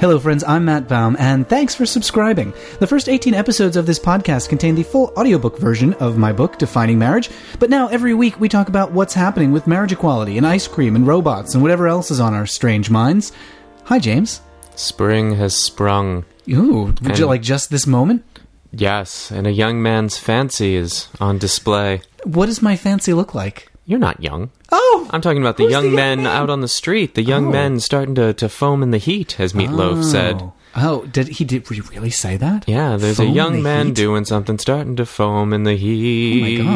Hello, friends. I'm Matt Baum, and thanks for subscribing. The first 18 episodes of this podcast contain the full audiobook version of my book, Defining Marriage. But now, every week, we talk about what's happening with marriage equality and ice cream and robots and whatever else is on our strange minds. Hi, James. Spring has sprung. Ooh, would you And- like just this moment? Yes, and a young man's fancy is on display. What does my fancy look like? You're not young. Oh! I'm talking about the Who's young the young men man? out on the street, the young Oh. men starting to, to foam in the heat, as Meatloaf said. Oh. Oh, did he did he really say that? Yeah, there's Foam a in young the man heat? doing something, starting to foam in the Oh my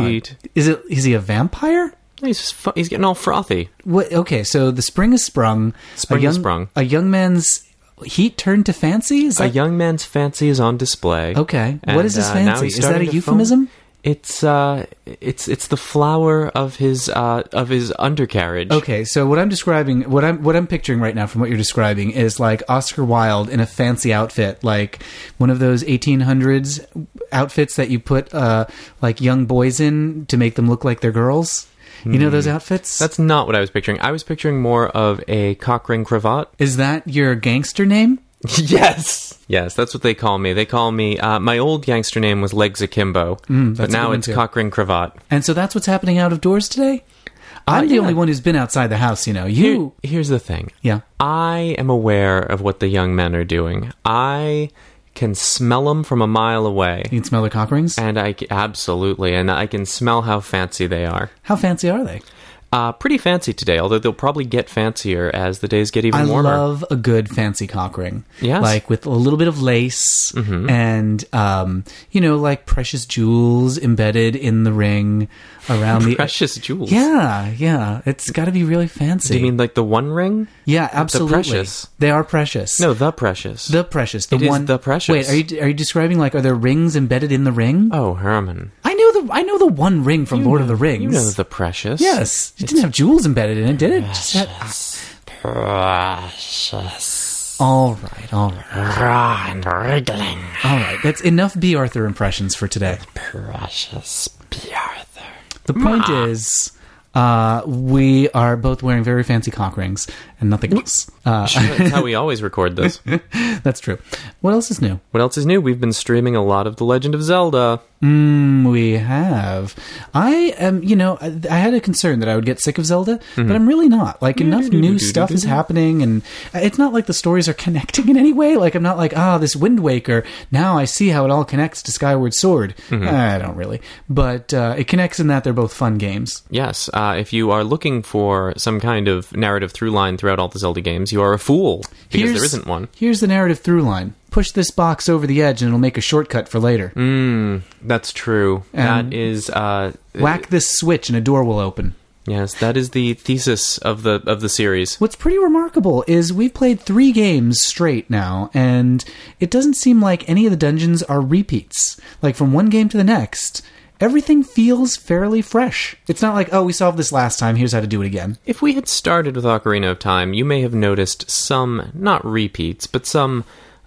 heat. god. Is it is he a vampire? He's, fo- he's getting all frothy. What okay, so the spring is sprung. a Spring is young, sprung. A young man's heat turned to fancy? Is A that young man's fancy is on display. Okay. And, what is his uh, now fancy? he's Is that a starting to foam. euphemism? It's uh, it's it's the flower of his uh of his undercarriage. Okay, so what I'm describing, what I'm what I'm picturing right now from what you're describing is like Oscar Wilde in a fancy outfit, like one of those 1800s outfits that you put uh, like young boys in to make them look like they're girls. You know those outfits? Hmm. That's not what I was picturing. I was picturing more of a cock ring cravat. is that your gangster name? yes. Yes, that's what they call me. They call me, uh, my old gangster name was Legs Akimbo, but Mm, that's a good now one, it's too. cock ring cravat. And so that's what's happening out of doors today. I'm the Uh, yeah. only one who's been outside the house. You know, Here- you. here's the thing. Yeah. I am aware of what the young men are doing. I can smell them from a mile away. You can smell the cock rings. And I c- absolutely, and I can smell how fancy they are. How fancy are they? Uh, pretty fancy today, although they'll probably get fancier as the days get even I warmer. love a good fancy cock ring. Yes. Mm-hmm. Like with a little bit of lace and, um, you know, like precious jewels embedded in the ring around the. Precious jewels. Yeah, yeah. It's got to be really fancy. Do you mean like the One Ring? yeah, absolutely. precious? They are precious. No, the Precious. The precious. The It is one. the Wait, precious. are you, are you describing like, are there rings embedded in the ring? oh, Herman. I know the I know the one ring from Lord of the Rings. You know the Precious. yes, it didn't have jewels embedded in it, did it? Just had- Precious. all right, all right, Raw and wriggling. all right. That's enough B. Arthur impressions for today. Precious B. Arthur. The point is, uh, we are both wearing very fancy cock rings and nothing else. Uh, That's how we always record this. that's true. What else is new? What else is new? We've been streaming a lot of The Legend of Zelda. Mm, we have. I am, you know, I, I had a concern that I would get sick of Zelda, but I'm really not. Like, enough new stuff is happening, and it's not like the stories are connecting in any way. Like, I'm not like, ah, this Wind Waker, now I see how it all connects to Skyward Sword. I don't really. But uh, it connects in that they're both fun games. Yes, uh, if you are looking for some kind of narrative through line throughout all the Zelda games, you are a fool because there isn't one. Here's the narrative through line. Push this box over the edge and it'll make a shortcut for later. Mm. That's true. that is uh, Whack this switch and a door will open. yes, that is the thesis of the of the series. What's pretty remarkable is we've played three games straight now, and it doesn't seem like any of the dungeons are repeats. Like from one game to the next, everything feels fairly fresh. It's not like, oh, we solved this last time, here's how to do it again. If we had started with Ocarina of Time, you may have noticed some, not repeats, but some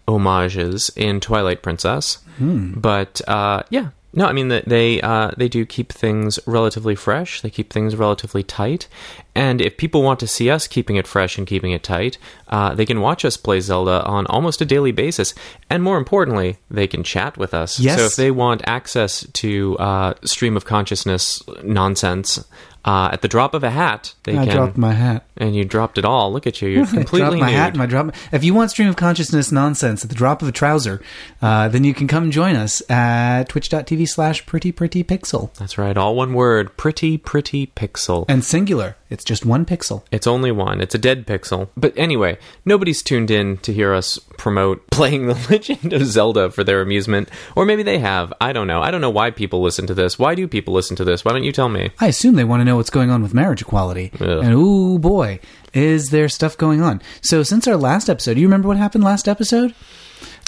homages in Twilight Princess. But uh, yeah, no, I mean that they uh, they do keep things relatively fresh. They keep things relatively tight. And if people want to see us keeping it fresh and keeping it tight, uh, they can watch us play Zelda on almost a daily basis. And more importantly, they can chat with us. Yes. So if they want access to uh, stream of consciousness nonsense. Uh, at the drop of a hat, they I can. dropped my hat. And you dropped it all. Look at you. You're I dropped completely my nude. hat and I dropped. my- If you want stream of consciousness nonsense at the drop of a trouser, uh, then you can come join us at twitch.tv slash pretty pretty pixel. That's right. All one word. Pretty, pretty pixel. And singular, it's just one pixel. It's only one. It's a dead pixel. But anyway, nobody's tuned in to hear us promote playing The Legend of Zelda for their amusement. Or maybe they have. I don't know. I don't know why people listen to this. Why do people listen to this? Why don't you tell me? I assume they want to know what's going on with marriage equality. Ugh. And ooh boy, is there stuff going on. So since our last episode, you remember what happened last episode?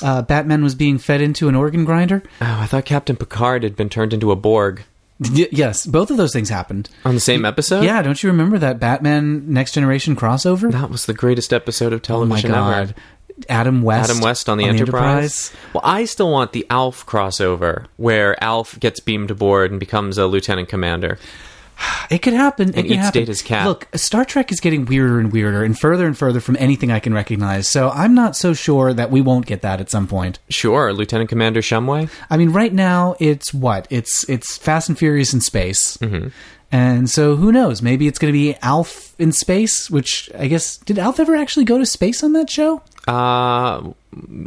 Uh, Batman was being fed into an organ grinder. Oh, I thought Captain Picard had been turned into a Borg Y- yes, both of those things happened. on the same episode? Yeah, don't you remember that Batman Next Generation crossover? That was the greatest episode of oh my television god. ever. Adam West. Adam West on the, Enterprise. Well, I still want the Alf crossover where Alf gets beamed aboard and becomes a lieutenant commander. It could happen. it And could eats happen. Data's cat. Look, Star Trek is getting weirder and weirder and further and further from anything I can recognize. So I'm not so sure that we won't get that at some point. Sure, Lieutenant Commander Shumway. I mean, right now it's what it's it's Fast and Furious in space, Mm-hmm. and so who knows? Maybe it's going to be Alf in space. Which I guess did Alf ever actually go to space on that show? Uh,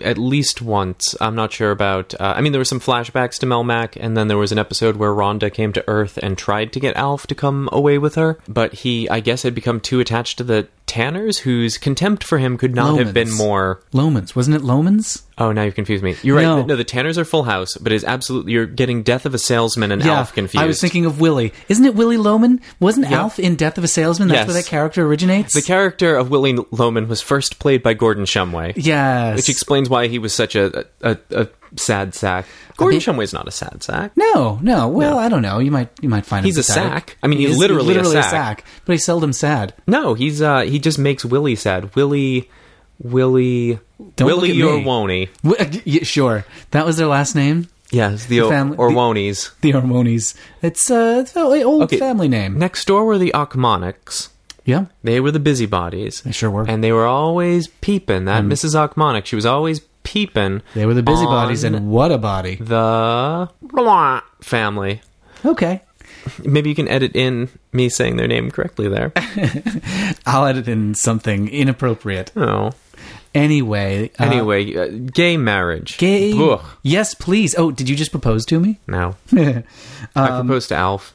at least once. I'm not sure about. Uh, I mean, there were some flashbacks to Melmac, and then there was an episode where Rhonda came to Earth and tried to get Alf to come away with her, but he, I guess, had become too attached to the Tanners, whose contempt for him could not have been Lomans. more. Lomans wasn't it? Lomans? Oh, now you've confused me. You're right. No. No, the Tanners are Full House, but it's absolutely you're getting Death of a Salesman and Alf confused. I was thinking of Willie. Isn't it Willie Loman? Wasn't Yeah. Alf in Death of a Salesman? That's Yes. where that character originates. the character of Willie Loman was first played by Gordon Shumway. yes. Which explains why he was such a a, a sad sack. Gordon Shumway's not a sad sack. No, no. Well, I don't know. You might you might find He's him a pathetic. sack. I mean, he's is literally a a sack. sack, but he's seldom sad. No, he's uh he just makes Willie sad. Willie Willie Don't Willie look at me. Orwoni. W- yeah, uh, sure, that was their last name, Yes, the, o- family- the- Orwonis. the Armonis. It's uh, it's an old Okay. family name. Next door were the Achmonics. Yeah, They were the busybodies. They sure were. Hmm. And they were always peeping. That Mrs. Achmonic, she was always peeping. they were the busybodies, on and what a body. the blah family. Okay, Maybe you can edit in me saying their name correctly there. I'll edit in something inappropriate. Oh. Anyway, uh, Anyway, uh, gay marriage. gay. Ugh. Yes, please. Oh, did you just propose to me? No. I Um, proposed to Alf.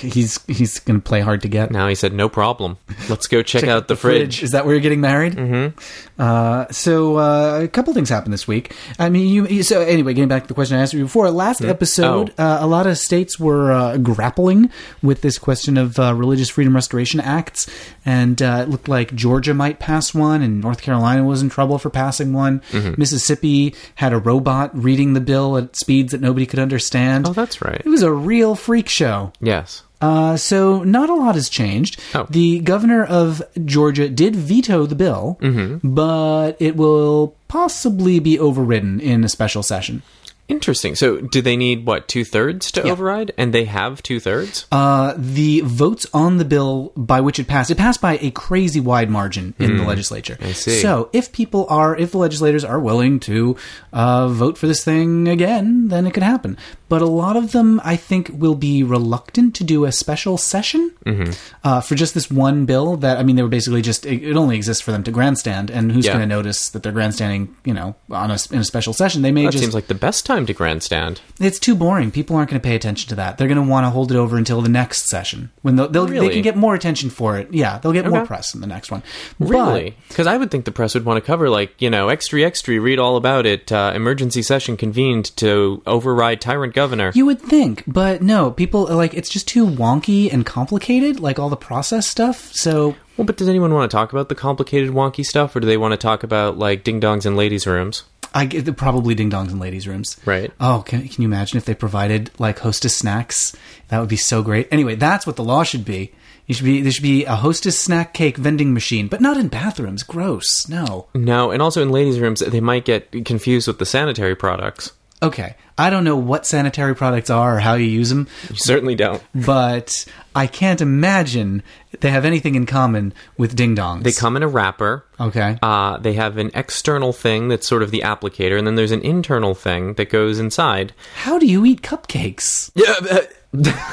he's he's gonna play hard to get. Now he said, no problem. Let's go check, out the, fridge. Is that where you're getting married? Mm-hmm. Uh, so uh, a couple things happened this week. I mean, you. you- So anyway, getting back to the question I asked you before, last episode, Oh. uh, a lot of states were uh, grappling with this question of uh, religious freedom restoration acts, and uh, it looked like Georgia might pass one, and North Carolina was in trouble for passing one. Mm-hmm. Mississippi had a robot reading the bill at speeds that nobody could understand. Oh, that's right. it was a real freak show. Yes. Uh, so not a lot has changed. Oh. The governor of Georgia did veto the bill, but it will possibly be overridden in a special session. Interesting. So, do they need, what, two thirds to override? And they have two thirds? Uh, the votes on the bill by which it passed, it passed by a crazy wide margin in the legislature. I Hmm. see. So if people are, if the legislators are willing to uh, vote for this thing again, then it could happen. But a lot of them, I think, will be reluctant to do a special session Mm-hmm. uh, for just this one bill that, I mean, they were basically just, it, it only exists for them to grandstand. And who's Yeah. going to notice that they're grandstanding, you know, on a, in a special session? They may that just seems like the best time to grandstand. it's too boring. People aren't going to pay attention to that. They're going to want to hold it over until the next session when they'll, they'll they Really? can get more attention for it. Yeah, they'll get more Okay. press in the next one. Really? Because I would think the press would want to cover, like, you know, extra, extra, read all about it, uh, emergency session convened to override tyrant governor. But you would think, but no, people like it's just too wonky and complicated, like all the process stuff. So well, but does anyone want to talk about the complicated, wonky stuff, or do they want to talk about, like, ding dongs in ladies' rooms? I get probably ding dongs in ladies' rooms. Right. Oh, can, can you imagine if they provided like hostess snacks? That would be so great. Anyway, that's what the law should be. You should be there should be a hostess snack cake vending machine, but not in bathrooms. Gross. No. No, and also in ladies' rooms, they might get confused with the sanitary products. Okay, I don't know what sanitary products are or how you use them, You certainly don't. but I can't imagine they have anything in common with ding dongs. They come in a wrapper. Okay. Uh, they have an external thing that's sort of the applicator, and then there's an internal thing that goes inside. how do you eat cupcakes? Yeah,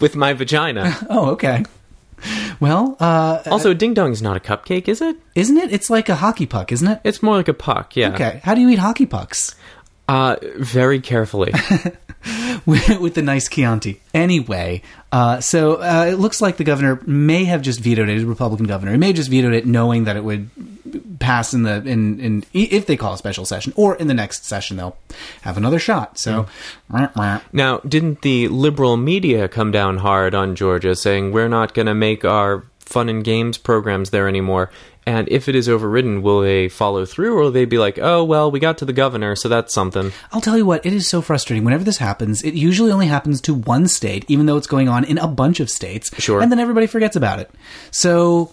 with my vagina. Oh, okay. Well, uh, Also, ding dong is not a cupcake, is it? isn't it? It's like a hockey puck, isn't it? It's more like a puck. Yeah. Okay. How do you eat hockey pucks? Uh, very carefully. with with the nice Chianti. Anyway, uh, so uh, it looks like the governor may have just vetoed it. The Republican governor he may have just vetoed it, knowing that it would pass in the in in if they call a special session or in the next session they'll have another shot. So now, didn't the liberal media come down hard on Georgia, saying we're not going to make our fun and games programs there anymore? And if it is overridden, will they follow through, or will they be like, "Oh well, we got to the governor, so that's something"? I'll tell you what, it is so frustrating. Whenever this happens, it usually only happens to one state, even though it's going on in a bunch of states. Sure. And then everybody forgets about it. So.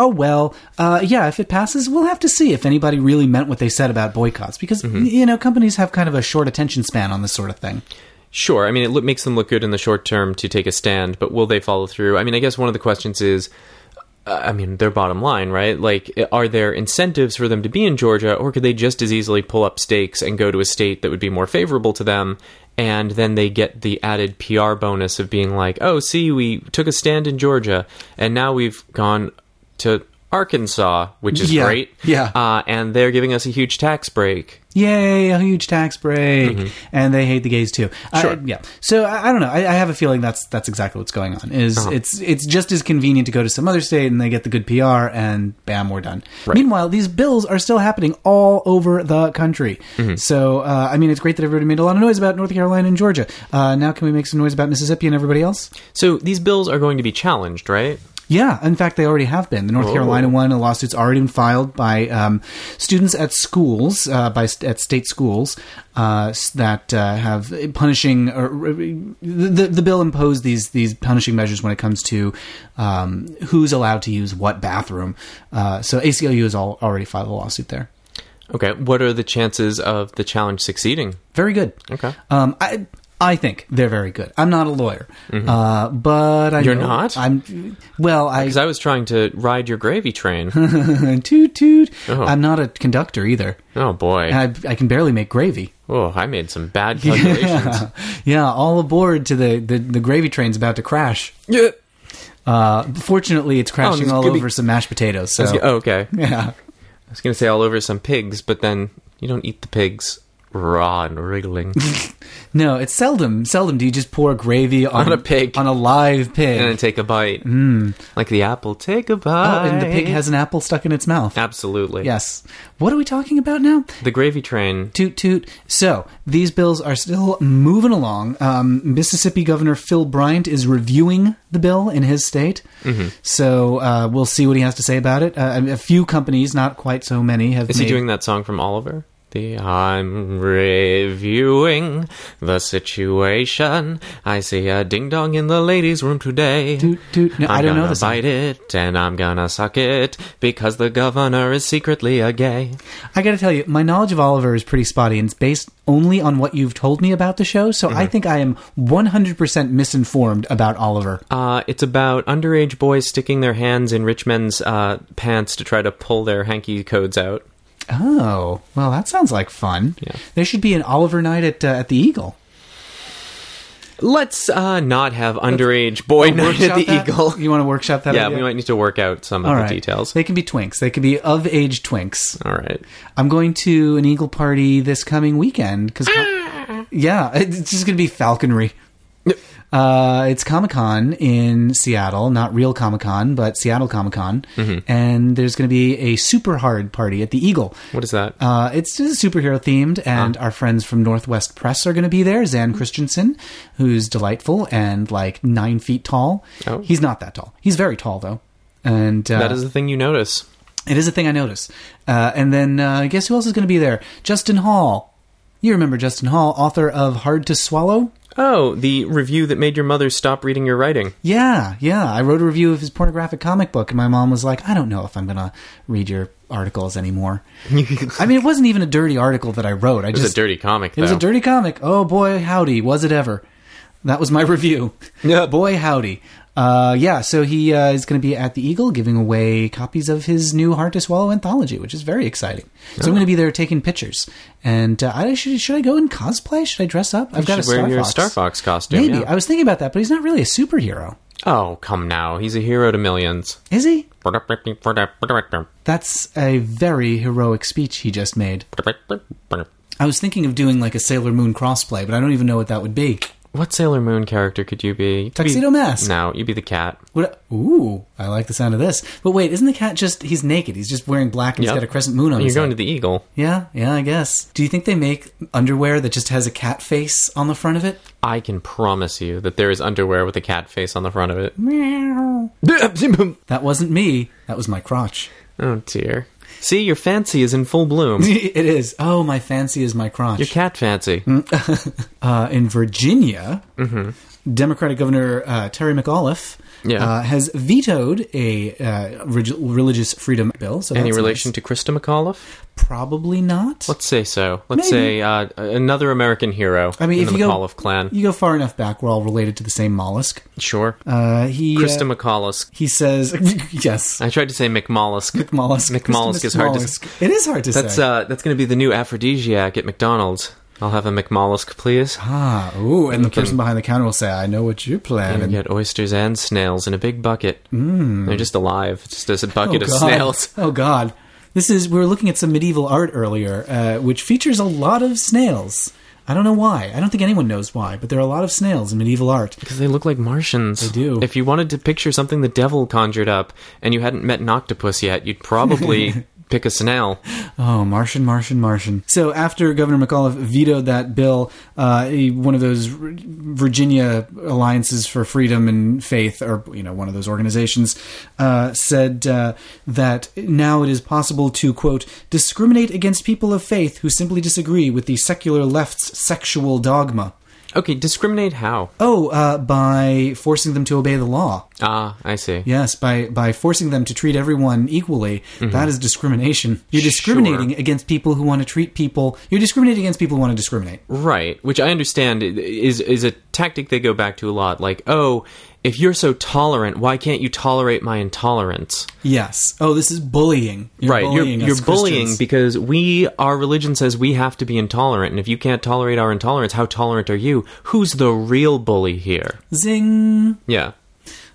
Oh well, uh, yeah. If it passes, we'll have to see if anybody really meant what they said about boycotts, because you know companies have kind of a short attention span on this sort of thing. Sure. I mean, it lo- makes them look good in the short term to take a stand, but will they follow through? I mean, I guess one of the questions is. uh, I mean, their bottom line, right? Like, are there incentives for them to be in Georgia, or could they just as easily pull up stakes and go to a state that would be more favorable to them? And then they get the added PR bonus of being like, oh, see, we took a stand in Georgia, and now we've gone to Arkansas, which is Yeah. great. Yeah. Uh, and they're giving us a huge tax break. Yay, a huge tax break, and they hate the gays too. Sure. I, yeah. So I, I don't know. I, I have a feeling that's that's exactly what's going on. Is it's it's just as convenient to go to some other state and they get the good PR and bam, we're done. Meanwhile, these bills are still happening all over the country. So uh, I mean, it's great that everybody made a lot of noise about North Carolina and Georgia. Uh, now, can we make some noise about Mississippi and everybody else? So these bills are going to be challenged, right? Yeah, in fact, they already have been. The North Oh. Carolina one, a lawsuit's already been filed by um, students at schools, uh, by st- at state schools, uh, s- that uh, have punishing or, or- the the bill imposed these these punishing measures when it comes to um, who's allowed to use what bathroom. Uh, so ACLU has all, already filed a lawsuit there. Okay. What are the chances of the challenge succeeding? Very good. Okay. Um, I I think they're very good. I'm not a lawyer, uh, but I Mm-hmm. You're know- not? I'm well. I Because I was trying to ride your gravy train. toot toot. Oh. I'm not a conductor either. oh boy. and I, I can barely make gravy. oh, I made some bad calculations. yeah, all aboard to the, the, the gravy train's about to crash. Yeah. Uh, fortunately, it's crashing it's all gonna Oh, be- over some mashed potatoes. So Oh, okay. yeah, I was going to say all over some pigs, but then you don't eat the pigs raw and wriggling. no, it's seldom seldom do you just pour gravy on, On a pig. on a live pig, and then take a bite. Mm. Like the apple, take a Hmm. Oh, bite. and the pig has an apple stuck in its mouth. Absolutely. Yes. What are we talking about now? The gravy train. Toot toot. So these bills are still moving along. Um, Mississippi Governor Phil Bryant is reviewing the bill in his state, Mm-hmm. so uh, we'll see what he has to say about it. Uh, a few companies, not quite so many, have. Is made, he doing that song from Oliver? The I'm reviewing the situation. I see a ding dong in the ladies' room today. Toot, toot. No, I'm I don't know gonna the song. bite it and I'm gonna suck it because the governor is secretly a gay. I got to tell you, my knowledge of Oliver is pretty spotty, and it's based only on what you've told me about the show. So Mm-hmm. I think I am one hundred percent misinformed about Oliver. Uh, it's about underage boys sticking their hands in rich men's uh, pants to try to pull their hanky codes out. Oh, well, that sounds like fun. There should be an Oliver night at uh, at the Eagle. Let's uh, not have underage boy night at Workshop the that? Eagle. You want to workshop that? Yeah, idea? we might need to work out some of All the right. details. They can be twinks. They can be of age twinks. All right. I'm going to an eagle party this coming weekend because yeah, it's just going to be falconry. Uh, it's Comic Con in Seattle, not real Comic Con, but Seattle Comic Con, Mm-hmm. and there's going to be a super hard party at the Eagle. What is that? Uh, it's just superhero themed, and Ah. our friends from Northwest Press are going to be there. Zan Christensen, who's delightful and like nine feet tall. Oh. He's not that tall. He's very tall though, and uh, that is the thing you notice. it is a thing I notice. Uh, and then uh, guess who else is going to be there? Justin Hall. You remember Justin Hall, author of Hard to Swallow? Oh, the review that made your mother stop reading your writing. Yeah, yeah. I wrote a review of his pornographic comic book, and my mom was like, I don't know if I'm going to read your articles anymore. I mean, it wasn't even a dirty article that I wrote. I It was a just. dirty comic, It though. was a dirty comic. Oh boy, howdy, was it ever? That was my review. Yeah. boy, howdy. Uh, yeah, so he uh, is going to be at the Eagle giving away copies of his new Hard to Swallow anthology, which is very exciting. So Oh. I'm going to be there taking pictures. And uh, I should should I go in cosplay? Should I dress up? I've got a should wear Star your Fox. Star Fox costume. Maybe yeah. I was thinking about that, but he's not really a superhero, Oh, come now. He's a hero to millions. is he? Well, That's a very heroic speech he just made. I was thinking of doing like a Sailor Moon crossplay, but I don't even know what that would be. What Sailor Moon character could you be? You could be- Tuxedo Mask. No, you'd be the cat. What? Ooh, I like the sound of this. But wait, isn't the cat just? He's naked. He's just wearing black and Oh, he's Yep. got a crescent moon on You're his going head. to the eagle. Yeah, yeah, I guess. Do you think they make underwear that just has a cat face on the front of it? I can promise you that there is underwear with a cat face on the front of it. Meow. That wasn't me. That was my crotch. oh, dear. See, your fancy is in full bloom. it is. Oh, my fancy is my crotch. Your cat fancy. Mm, uh, in Virginia, Democratic Governor uh, Terry McAuliffe Mm-hmm. Yeah. uh, has vetoed a uh, relig- religious freedom bill. So Any that's relation nice. to Krista McAuliffe? Probably not. Let's say so. Let's Maybe. say uh, another American hero. I mean, in if the you go- McAuliffe clan, You go far enough back, we're all related to the same mollusk. sure. Uh, he uh, Krista McAuliffe. he says yes. I tried to say McMollusk. Mollusk. McMollusk Christmas is hard to s- mollusk. It is hard to That's say. uh, that's going to be the new aphrodisiac at McDonald's. I'll have a McMollusk, please. ah, ooh, and the can- person behind the counter will say, "I know what you're And planning." get oysters and snails in a big bucket. Mm. They're just alive. It's just a bucket of God. snails. Oh God. This is we were looking at some medieval art earlier, uh, which features a lot of snails. I don't know why. I don't think anyone knows why, but there are a lot of snails in medieval art. Because they look like Martians. They do. If you wanted to picture something the devil conjured up and you hadn't met an octopus yet, you'd probably pick a snail. Oh, Martian, Martian, Martian. So after Governor McAuliffe vetoed that bill, uh, he- one of those Vir- Virginia Alliances for Freedom and Faith, or you know, one of those organizations, uh, said uh, that now it is possible to quote discriminate against people of faith who simply disagree with the secular left's sexual dogma. Okay, discriminate how? Oh, uh, by forcing them to obey the law. Ah, I see. Yes, by by forcing them to treat everyone equally. Mm-hmm. That is discrimination. You're discriminating against people who want to treat people. You're discriminating against people who want to discriminate. Right, which I understand i- is is a tactic they go back to a lot. Like, oh, if you're so tolerant, why can't you tolerate my intolerance? Yes. Oh, this is bullying. You're right, Bullying you're, us you're bullying Christians. because we our religion says we have to be intolerant, and if you can't tolerate our intolerance, how tolerant are you? Who's the real bully here? Zing. Yeah.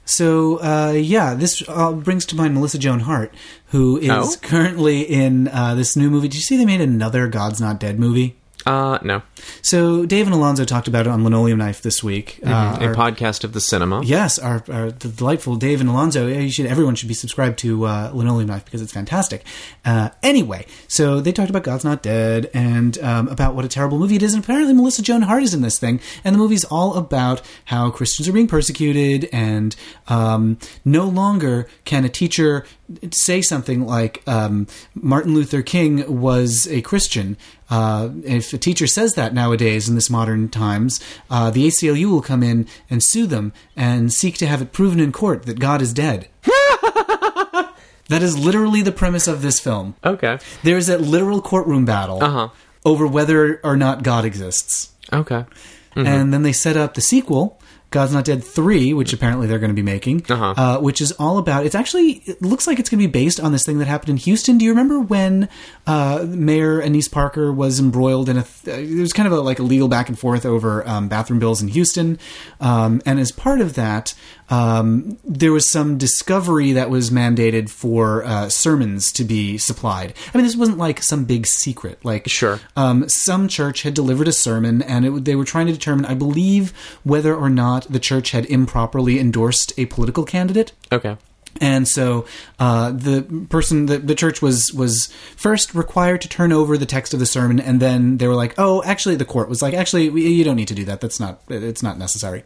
So uh, yeah, this uh, brings to mind Melissa Joan Hart, who is Oh? currently in uh, this new movie. Did you see they made another God's Not Dead movie? Uh, no. So Dave and Alonzo talked about it on Linoleum Knife this week. Uh, a our- podcast of the cinema. Yes, our, our the delightful Dave and Alonzo. You should everyone should be subscribed to uh, Linoleum Knife because it's fantastic. Uh, anyway, so they talked about God's Not Dead and um, about what a terrible movie it is, and apparently Melissa Joan Hart is in this thing, and the movie's all about how Christians are being persecuted, and um, no longer can a teacher say something like um, Martin Luther King was a Christian. Uh, if a teacher says that nowadays in this modern times, uh, the ACLU will come in and sue them and seek to have it proven in court that God is dead. that is literally the premise of this film. Okay. There is a literal courtroom battle Uh-huh. over whether or not God exists. Okay. And then they set up the sequel, God's Not Dead 3, which apparently they're going to be making, Uh-huh. uh, which is all about. It's actually, it looks like it's going to be based on this thing that happened in Houston. Do you remember when uh, Mayor Anise Parker was embroiled in a. Th- uh, there was kind of a, like a legal back and forth over um, bathroom bills in Houston. Um, and as part of that, um, there was some discovery that was mandated for uh, sermons to be supplied. I mean, this wasn't like some big secret. Like, Sure. um, some church had delivered a sermon, and it, they were trying to determine, I believe, whether or not the church had improperly endorsed a political candidate. Okay. And so uh, the person, the, the church was was first required to turn over the text of the sermon, and then they were like, "Oh, actually, the court was like, actually, we, you don't need to do that. That's not it's not necessary."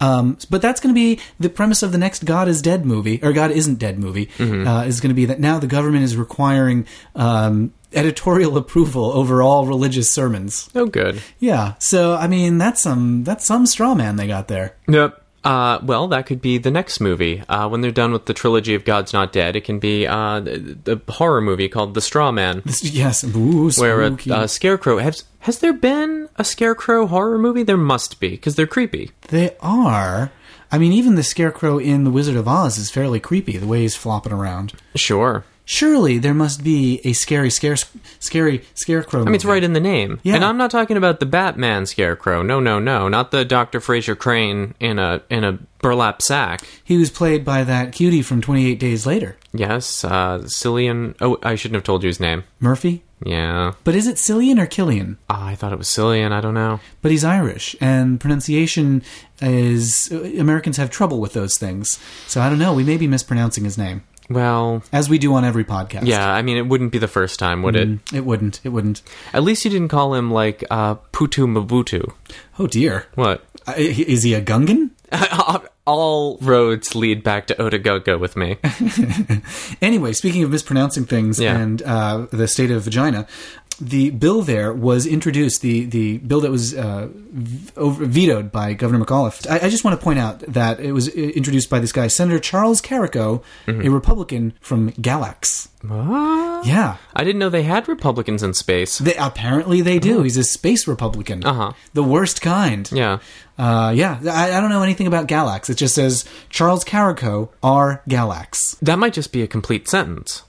Um, but that's going to be the premise of the next "God is Dead" movie or "God Isn't Dead" movie uh, is going to be that now the government is requiring um, editorial approval over all religious sermons. Oh, good. Yeah, so I mean that's some that's some straw man they got there. Yep. Uh, well, that could be the next movie. Uh, when they're done with the trilogy of God's Not Dead, it can be uh, the, the horror movie called The Straw Man, Yes, ooh, where uh, a, spooky. a scarecrow has. Has there been a scarecrow horror movie? There must be because they're creepy. They are. I mean, even the scarecrow in The Wizard of Oz is fairly creepy, the way he's flopping around. Sure. Surely there must be a scary, scare, scary scarecrow. I mean, it's right in the name. Yeah. And I'm not talking about the Batman scarecrow. No, no, no. Not the Dr. Fraser Crane in a in a burlap sack. He was played by that cutie from 28 Days Later, Yes, uh, Cillian. Oh, I shouldn't have told you his name. Murphy. Yeah. But is it Cillian or Killian? Ah, I thought it was Cillian. I don't know. But he's Irish, and pronunciation is. Americans have trouble with those things. So I don't know. We may be mispronouncing his name, Well, as we do on every podcast. yeah. I mean, it wouldn't be the first time, would it? It wouldn't. It wouldn't. At least you didn't call him like uh, Putu Mabutu. Oh, dear. What? I- Is he a Gungan? All roads lead back to Otagogo with me. Anyway, speaking of mispronouncing things Yeah. and uh, the state of vagina, the bill there was introduced. The the bill that was uh, v- over, vetoed by Governor McAuliffe. I, I just want to point out Mm-hmm. that it was uh, introduced by this guy, Senator Charles Carrico, a Republican from Galax. What? Yeah. I didn't know they had Republicans in space. They, apparently they do. He's a space Republican. Mm-hmm. Uh-huh. The worst kind. Yeah. Uh, yeah. I, I don't know anything about Galax. It just says Charles Carico, R. Galax. That might just be a complete sentence.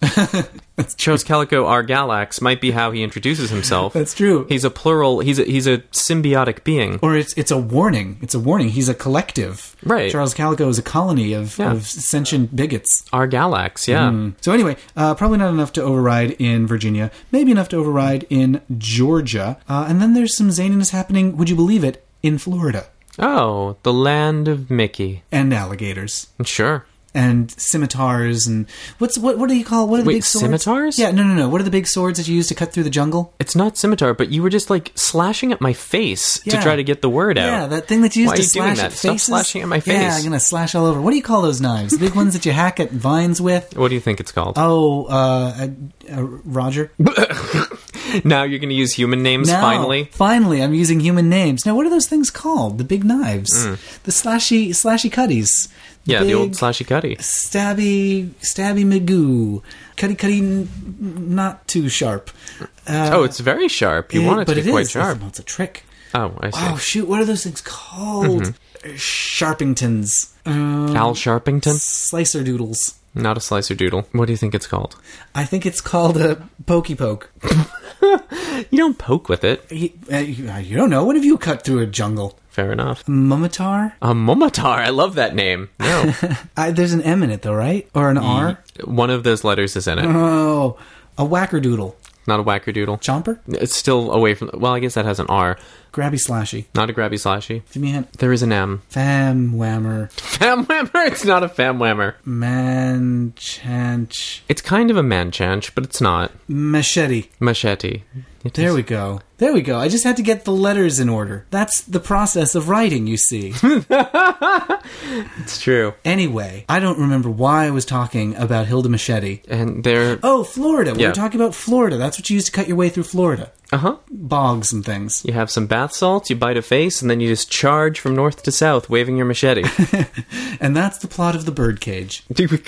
Chose Calico R. Galax might be how he introduces himself. That's true. He's a plural. He's a, he's a symbiotic being. or it's it's a warning. It's a warning. He's a collective. Right. Charles Calico is a colony of, Yeah. of sentient bigots. R. Galax. Yeah. So anyway, uh, probably not enough to override in Virginia. Maybe enough to override in Georgia. Uh, and then there's some zaniness happening. Would you believe it? In Florida Oh, the land of Mickey. and alligators. Sure. and scimitars and what's what what do you call what are the Wait, big swords? scimitars? Yeah, no, no, no. What are the big swords that you use to cut through the jungle? It's not scimitar, but you were just like slashing at my face Yeah. to try to get the word out. Yeah, that thing that you use Why to are you doing slash that? at Stop faces. slashing at my Yeah, face. I'm gonna slash all over. What do you call those knives? The big ones that you hack at vines with. What do you think it's called? Oh, uh, uh, uh, Roger. now you're going to use human names Now, finally. finally, I'm using human names. Now, what are those things called? The big knives, the slashy, slashy cutties. Mm. Yeah, the old Big- slashy cutty. stabby stabby magoo cutty cutty n- not too sharp uh, oh, it's very sharp. You want it to but be quite is. sharp. That's- it's a trick Oh, I see. oh shoot what are those things called Mm-hmm. Uh, sharpingtons um, Al Sharpington? slicer doodles Not a slicer doodle. What do you think it's called? I think it's called a pokey poke. You don't poke with it. You, uh, you you don't know. What have you cut through a jungle? Fair enough. Mummitar? A Momotar. I love that name. No. I, there's an M in it, though, right? Or an R? One of those letters is in it. Oh, a wackerdoodle. Not a wackerdoodle. Chomper? It's still away from. Well, I guess that has an R. Grabby slashy. Not a grabby slashy. Give me a hint. There is an M. Fam whammer. Fam whammer. It's not a fam whammer. Manchanch. It's kind of a manchanch, but it's not. Machete. Machete. It There is- we go. There we go. I just had to get the letters in order. That's the process of writing, you see. It's true. anyway, I don't remember why I was talking about Hilda Machete. And there. Oh, Florida. We Yeah. were talking about Florida. That's what you use to cut your way through Florida. Uh huh. Bogs and things. You have some bath salts, you bite a face, and then you just charge from north to south, waving your machete. And that's the plot of The Birdcage. Dude, we-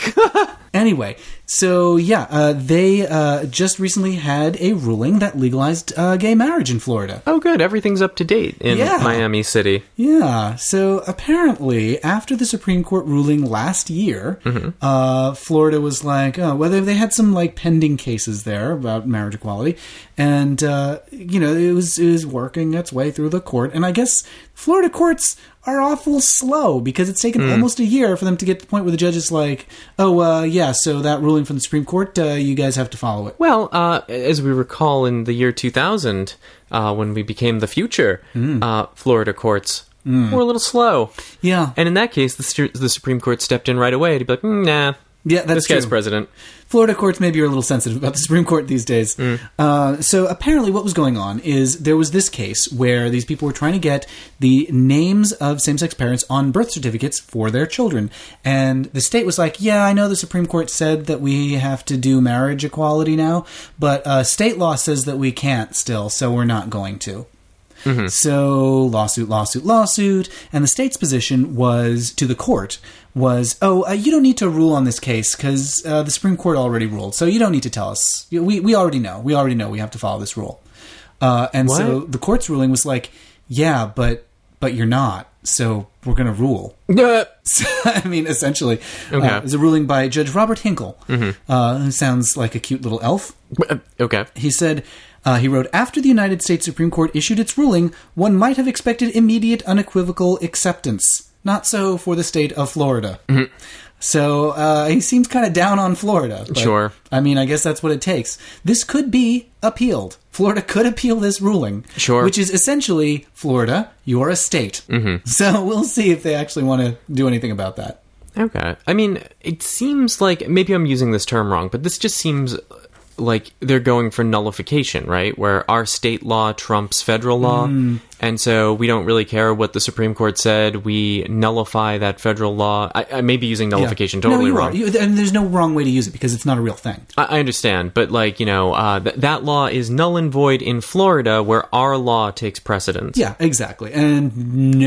Anyway, so yeah, uh, they uh, just recently had a ruling that legalized uh, gay marriage in Florida. oh, good. Everything's up to date in Yeah. Miami City. Yeah. So apparently, after the Supreme Court ruling last year, Mm-hmm. uh, Florida was like, oh, well, they, they had some like pending cases there about marriage equality, and uh, you know, it was it was working its way through the court, and I guess Florida courts are awful slow because it's taken Mm. almost a year for them to get to the point where the judge is like, oh, uh, yeah, so that ruling from the Supreme Court, uh, you guys have to follow it. Well, uh, as we recall in the year 2000, uh, when we became the future, Mm. uh, Florida courts were a little slow. Yeah. And in that case, the, stu- the Supreme Court stepped in right away to be like, "Mm, nah, yeah, that's this guy's true. president. Florida courts maybe are a little sensitive about the Supreme Court these days. Uh, so apparently, what was going on is there was this case where these people were trying to get the names of same-sex parents on birth certificates for their children, and the state was like, "Yeah, I know the Supreme Court said that we have to do marriage equality now, but uh, state law says that we can't still, so we're not going to." Hmm. So lawsuit, lawsuit, lawsuit, and the state's position was to the court was, oh, uh, you don't need to rule on this case because uh, the Supreme Court already ruled, so you don't need to tell us. You- We we already know. We already know. We have to follow this rule. Uh, and so What? the court's ruling was like, yeah, but but you're not, so we're gonna rule. Uh, So, I mean, essentially, Okay. Mm-hmm. uh, it was a ruling by Judge Robert Hinkle, uh, who sounds like a cute little elf. okay. He said, uh, he wrote, after the United States Supreme Court issued its ruling, one might have expected immediate, unequivocal acceptance. Not so for the state of Florida. Mm-hmm. So uh, he seems kind of down on Florida. but, Sure. I mean, I guess that's what it takes. This could be appealed. Florida could appeal this ruling. Sure. Which is essentially Florida, you're a state. Mm-hmm. So we'll see if they actually want to do anything about that. Okay. I mean, it seems like maybe I'm using this term wrong, but this just seems Hmm. like they're going for nullification, right? Where our state law trumps federal law, And so we don't really care what the Supreme Court said. We nullify that federal law. I, I may be using nullification Yeah. totally no, you wrong. Are. You, and there's no wrong way to use it because it's not a real thing. I, I understand, but like you know, uh, th- that law is null and void in Florida, where our law takes precedence. Yeah, exactly. And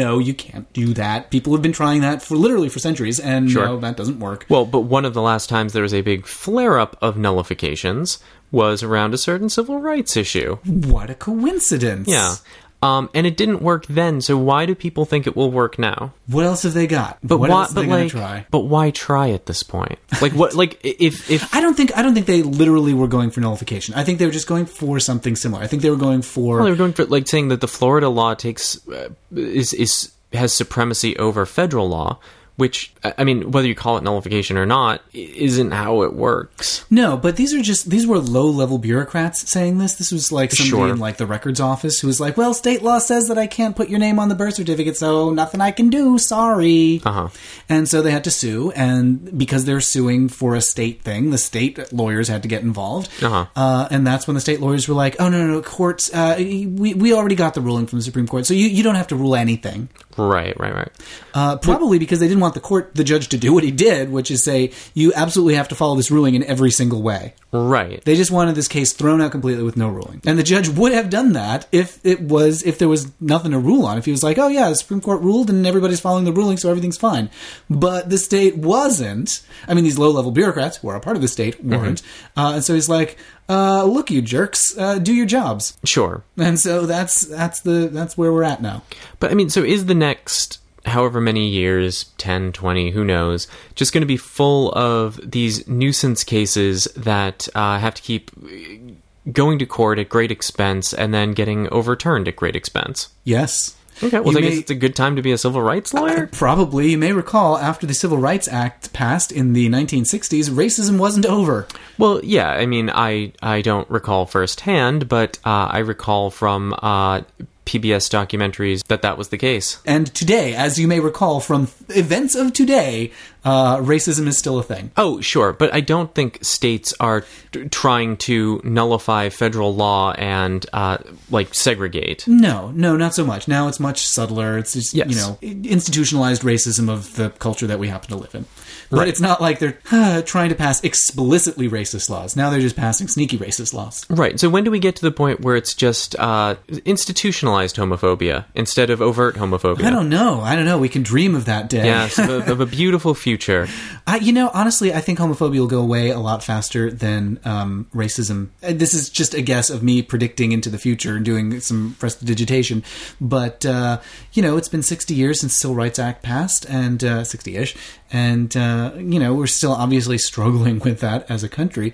no, you can't do that. People have been trying that for literally for centuries, and Sure. no, that doesn't work. Well, but one of the last times there was a big flare up of nullifications was around a certain civil rights issue. What a coincidence. Yeah. Um, and it didn't work then, so why do people think it will work now? What else have they got? But what why, else are they like, gonna try? but why try at this point? Like what? like i- if if I don't think I don't think they literally were going for nullification. I think they were just going for something similar. I think they were going for Well, they were going for like saying that the Florida law takes uh, is is has supremacy over federal law, which I I mean, whether you call it nullification or not, i- isn't how it works. No, but these are just these were low level bureaucrats saying this. This was like somebody Sure. in like the records office who was like, "Well, state law says that I can't put your name on the birth certificate, so nothing I can do. Sorry." Uh-huh. And so they had to sue, and because they're suing for a state thing, the state lawyers had to get involved. Uh-huh. Uh, and that's when the state lawyers were like, "Oh no, no, no courts. Uh, we we already got the ruling from the Supreme Court, so you you don't have to rule anything." Right, right, right. Uh, probably because they didn't want the court, the judge, to do what he did, which is say you absolutely have to follow this ruling in every single way. Right. They just wanted this case thrown out completely with no ruling. And the judge would have done that if it was if there was nothing to rule on. If he was like, "Oh yeah, the Supreme Court ruled and everybody's following the ruling, so everything's fine." But the state wasn't. I mean, these low-level bureaucrats who are a part of the state weren't. Uh, and so he's like, uh, "Look, you jerks, uh, do your jobs." sure. And so that's that's the that's where we're at now. But I mean, so is the next however many years, 10, 20, who knows, just going to be full of these nuisance cases that uh, have to keep uh, going to court at great expense and then getting overturned at great expense? Yes. Okay, well, You I may- guess it's a good time to be a civil rights lawyer. Probably, you may recall, after the Civil Rights Act passed in the 1960s, racism wasn't over. Well, yeah, I mean, I I don't recall firsthand, but uh, I recall from uh, PBS documentaries that that was the case. And today, as you may recall from events of today, uh, racism is still a thing. Oh, sure, but I don't think states are t- trying to nullify federal law and uh, like segregate. No, no, not so much. Now it's much subtler. It's just, Yes. you know, institutionalized racism of the culture that we happen to live in. But it's not like they're uh, trying to pass explicitly racist laws. Now they're just passing sneaky racist laws. Right. So when do we get to the point where it's just uh, institutionalized homophobia instead of overt homophobia? I don't know. I don't know. We can dream of that day. Yes, of, of a beautiful future. I, you know, honestly, I think homophobia will go away a lot faster than um, racism. Uh, This is just a guess of me predicting into the future and doing some prestidigitation. But, uh, you know, it's been 60 years since Civil Rights Act passed, and uh, 60 ish. And, uh, you know, we're still obviously struggling with that as a country.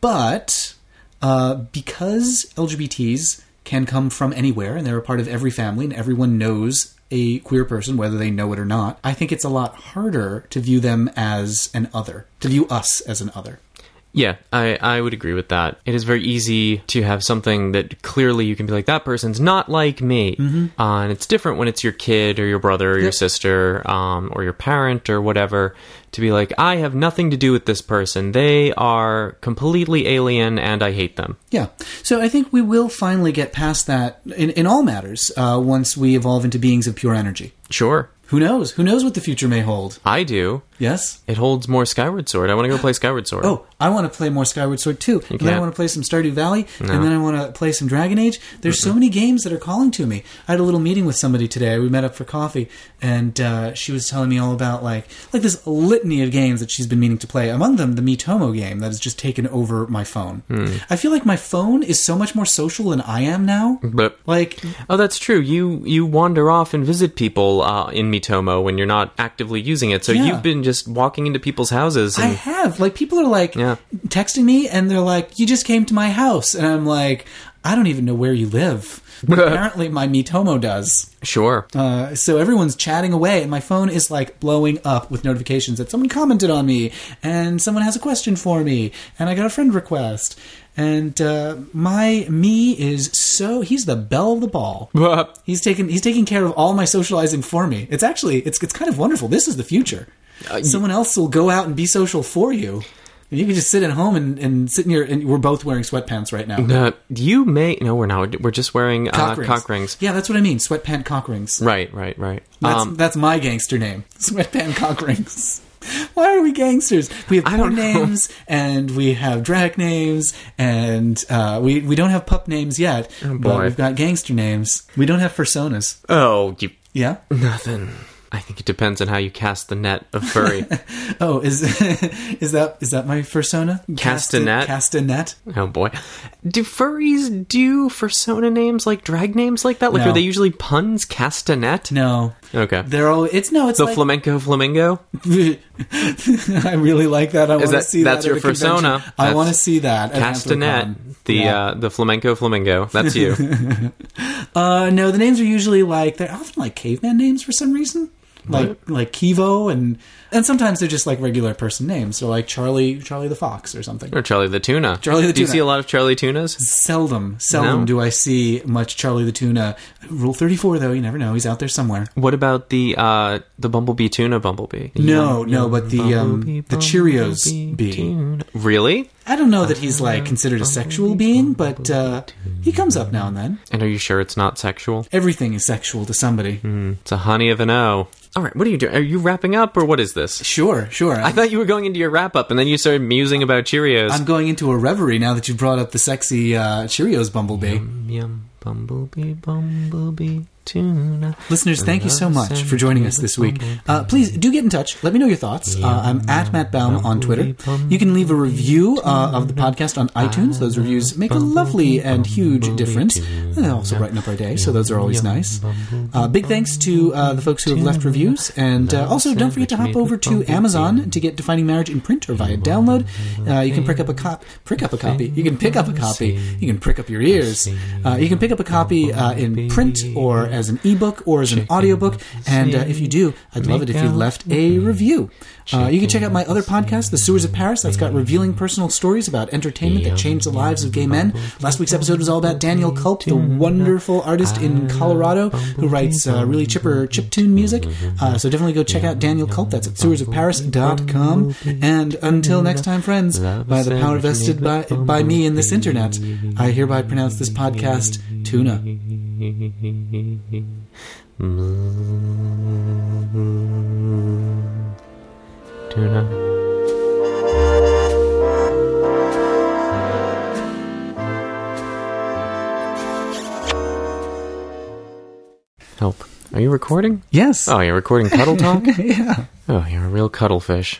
But uh, because LGBTs can come from anywhere and they're a part of every family and everyone knows a queer person, whether they know it or not, I think it's a lot harder to view them as an other, to view us as an other. Yeah, I, I would agree with that. It is very easy to have something that clearly you can be like, that person's not like me. Mm-hmm. Uh, and it's different when it's your kid or your brother or your sister um, or your parent or whatever to be like, I have nothing to do with this person. They are completely alien and I hate them. Yeah. So I think we will finally get past that in, in all matters uh, once we evolve into beings of pure energy. Sure, Who knows? Who knows what the future may hold? I do. Yes? It holds more Skyward Sword. I want to go play Skyward Sword. Oh, I want to play more Skyward Sword too. And then I can't. want to play some Stardew Valley. And then I want to play some Dragon Age. There's so many games that are calling to me. I had a little meeting with somebody today. We met up for coffee, and uh, she was telling me all about like like this litany of games that she's been meaning to play. Among them, the Mitomo game that has just taken over my phone. I feel like my phone is so much more social than I am now. But Like oh, that's true. You you wander off and visit people uh, in Mitomo when you're not actively using it. So Yeah. you've been just walking into people's houses. I And, have. Like people are like Yeah. texting me and they're like, "You just came to my house," and I'm like, "I don't even know where you live." But apparently, my Mitomo does. Sure. Uh, so everyone's chatting away, and my phone is like blowing up with notifications that someone commented on me, and someone has a question for me, and I got a friend request, and uh, my me is so he's the bell of the ball. He's taking he's taking care of all my socializing for me. It's Uh, actually it's it's kind of wonderful. This is the future. Someone else will go out and be social for you. You can just sit at home and, and sit in your. And we're both wearing sweatpants right now. Uh, you may no, we're not. We're just wearing uh, cock, rings. Yeah, that's what I mean. Sweatpant cock rings. Right, right, right. That's, um, that's my gangster name. Sweatband cock rings. Why are we gangsters? We have I pup don't know. names and we have drag names and uh, we we don't have pup names yet, but Oh, boy. we've got gangster names. We don't have personas. oh, you Yeah. nothing. I think it depends on how you cast the net of furry. Oh, is is that is that my persona? Castanet? Castanet. oh boy, do furries do fursona names like drag names like that? Like No. are they usually puns? Cast a net? No, Okay. they're all. It's no. It's the like, flamenco flamingo. I really like that. I want to that- see that. that's at your a convention. persona. I That's want to see that. at Cast a net. Anthrocon. The Yeah. uh, the flamenco flamingo. That's you. Uh, no, the names are usually like they're often like caveman names for some reason, like like Kivo and and sometimes they're just like regular person names. So like Charlie Charlie the Fox or something. or Charlie the tuna. Charlie the Do you Tuna. see a lot of Charlie tunas? Seldom, seldom No. do I see much Charlie the Tuna. Rule thirty four though, you never know. He's out there somewhere. What about the uh, the bumblebee tuna bumblebee? No, no, but the um, Bumblebee, the Cheerios bumblebee bee. tuna. Really? I don't know that he's like considered a sexual being, but uh, he comes up now and then. And are you sure it's not sexual? Everything is sexual to somebody. It's a honey of an O. All right, what are you doing? Are you wrapping up or what is this? Sure, sure. I thought you were going into your wrap up and then you started musing about Cheerios. I'm going into a reverie now that you brought up the sexy uh, Cheerios bumblebee. Yum, yum, bumblebee, bumblebee, tuna. Listeners, thank you so much for joining us this week. Uh, please do get in touch. Let me know your thoughts. Uh, I'm at Matt Baum on Twitter. You can leave a review uh, of the podcast on iTunes. Those reviews make a lovely and huge difference. And they also brighten up our day, so those are always nice. Uh, big thanks to uh, the folks who have left reviews. And uh, also, don't forget to hop over to Amazon to get Defining Marriage in print or via download. Uh, you can pick up a cop, prick up a copy. You can pick up a copy. You can prick up your ears. Uh, you can pick up a copy uh, in print or as an ebook or as an audiobook. And uh, if you do, I'd love it if you left a review. Uh, you can check out my other podcast, The Sewers of Paris. That's got revealing personal stories about entertainment that changed the lives of gay men. Last week's episode was all about Daniel Culp, the wonderful artist in Colorado who writes uh, really chipper chiptune music. Uh, so definitely go check out Daniel Culp. That's at sewersofparis.com. And until next time, friends, by the power vested by, by me in this internet, I hereby pronounce this podcast tuna. Tuna. Help. Are you recording? Yes. Oh, you're recording Cuddle Talk? yeah. Oh, you're Oh, a real cuddlefish.